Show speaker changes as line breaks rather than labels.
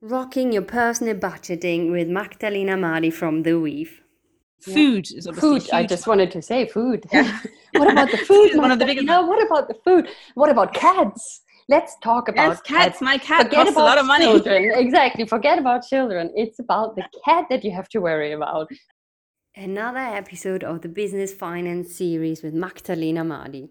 Rocking your personal budgeting with Magdalena Mari from The Weave.
Food is obviously
food.
Huge.
I just wanted to say food.
Yeah.
what about the food?
One of
Magda-
the biggest
No, what about the food? What about cats? Let's talk about
Yes, cats. My cat
Forget
costs a
about
lot of money.
children. Exactly. Forget about children. It's about the cat that you have to worry about.
Another episode of the Business Finance series with Magdalena Mari.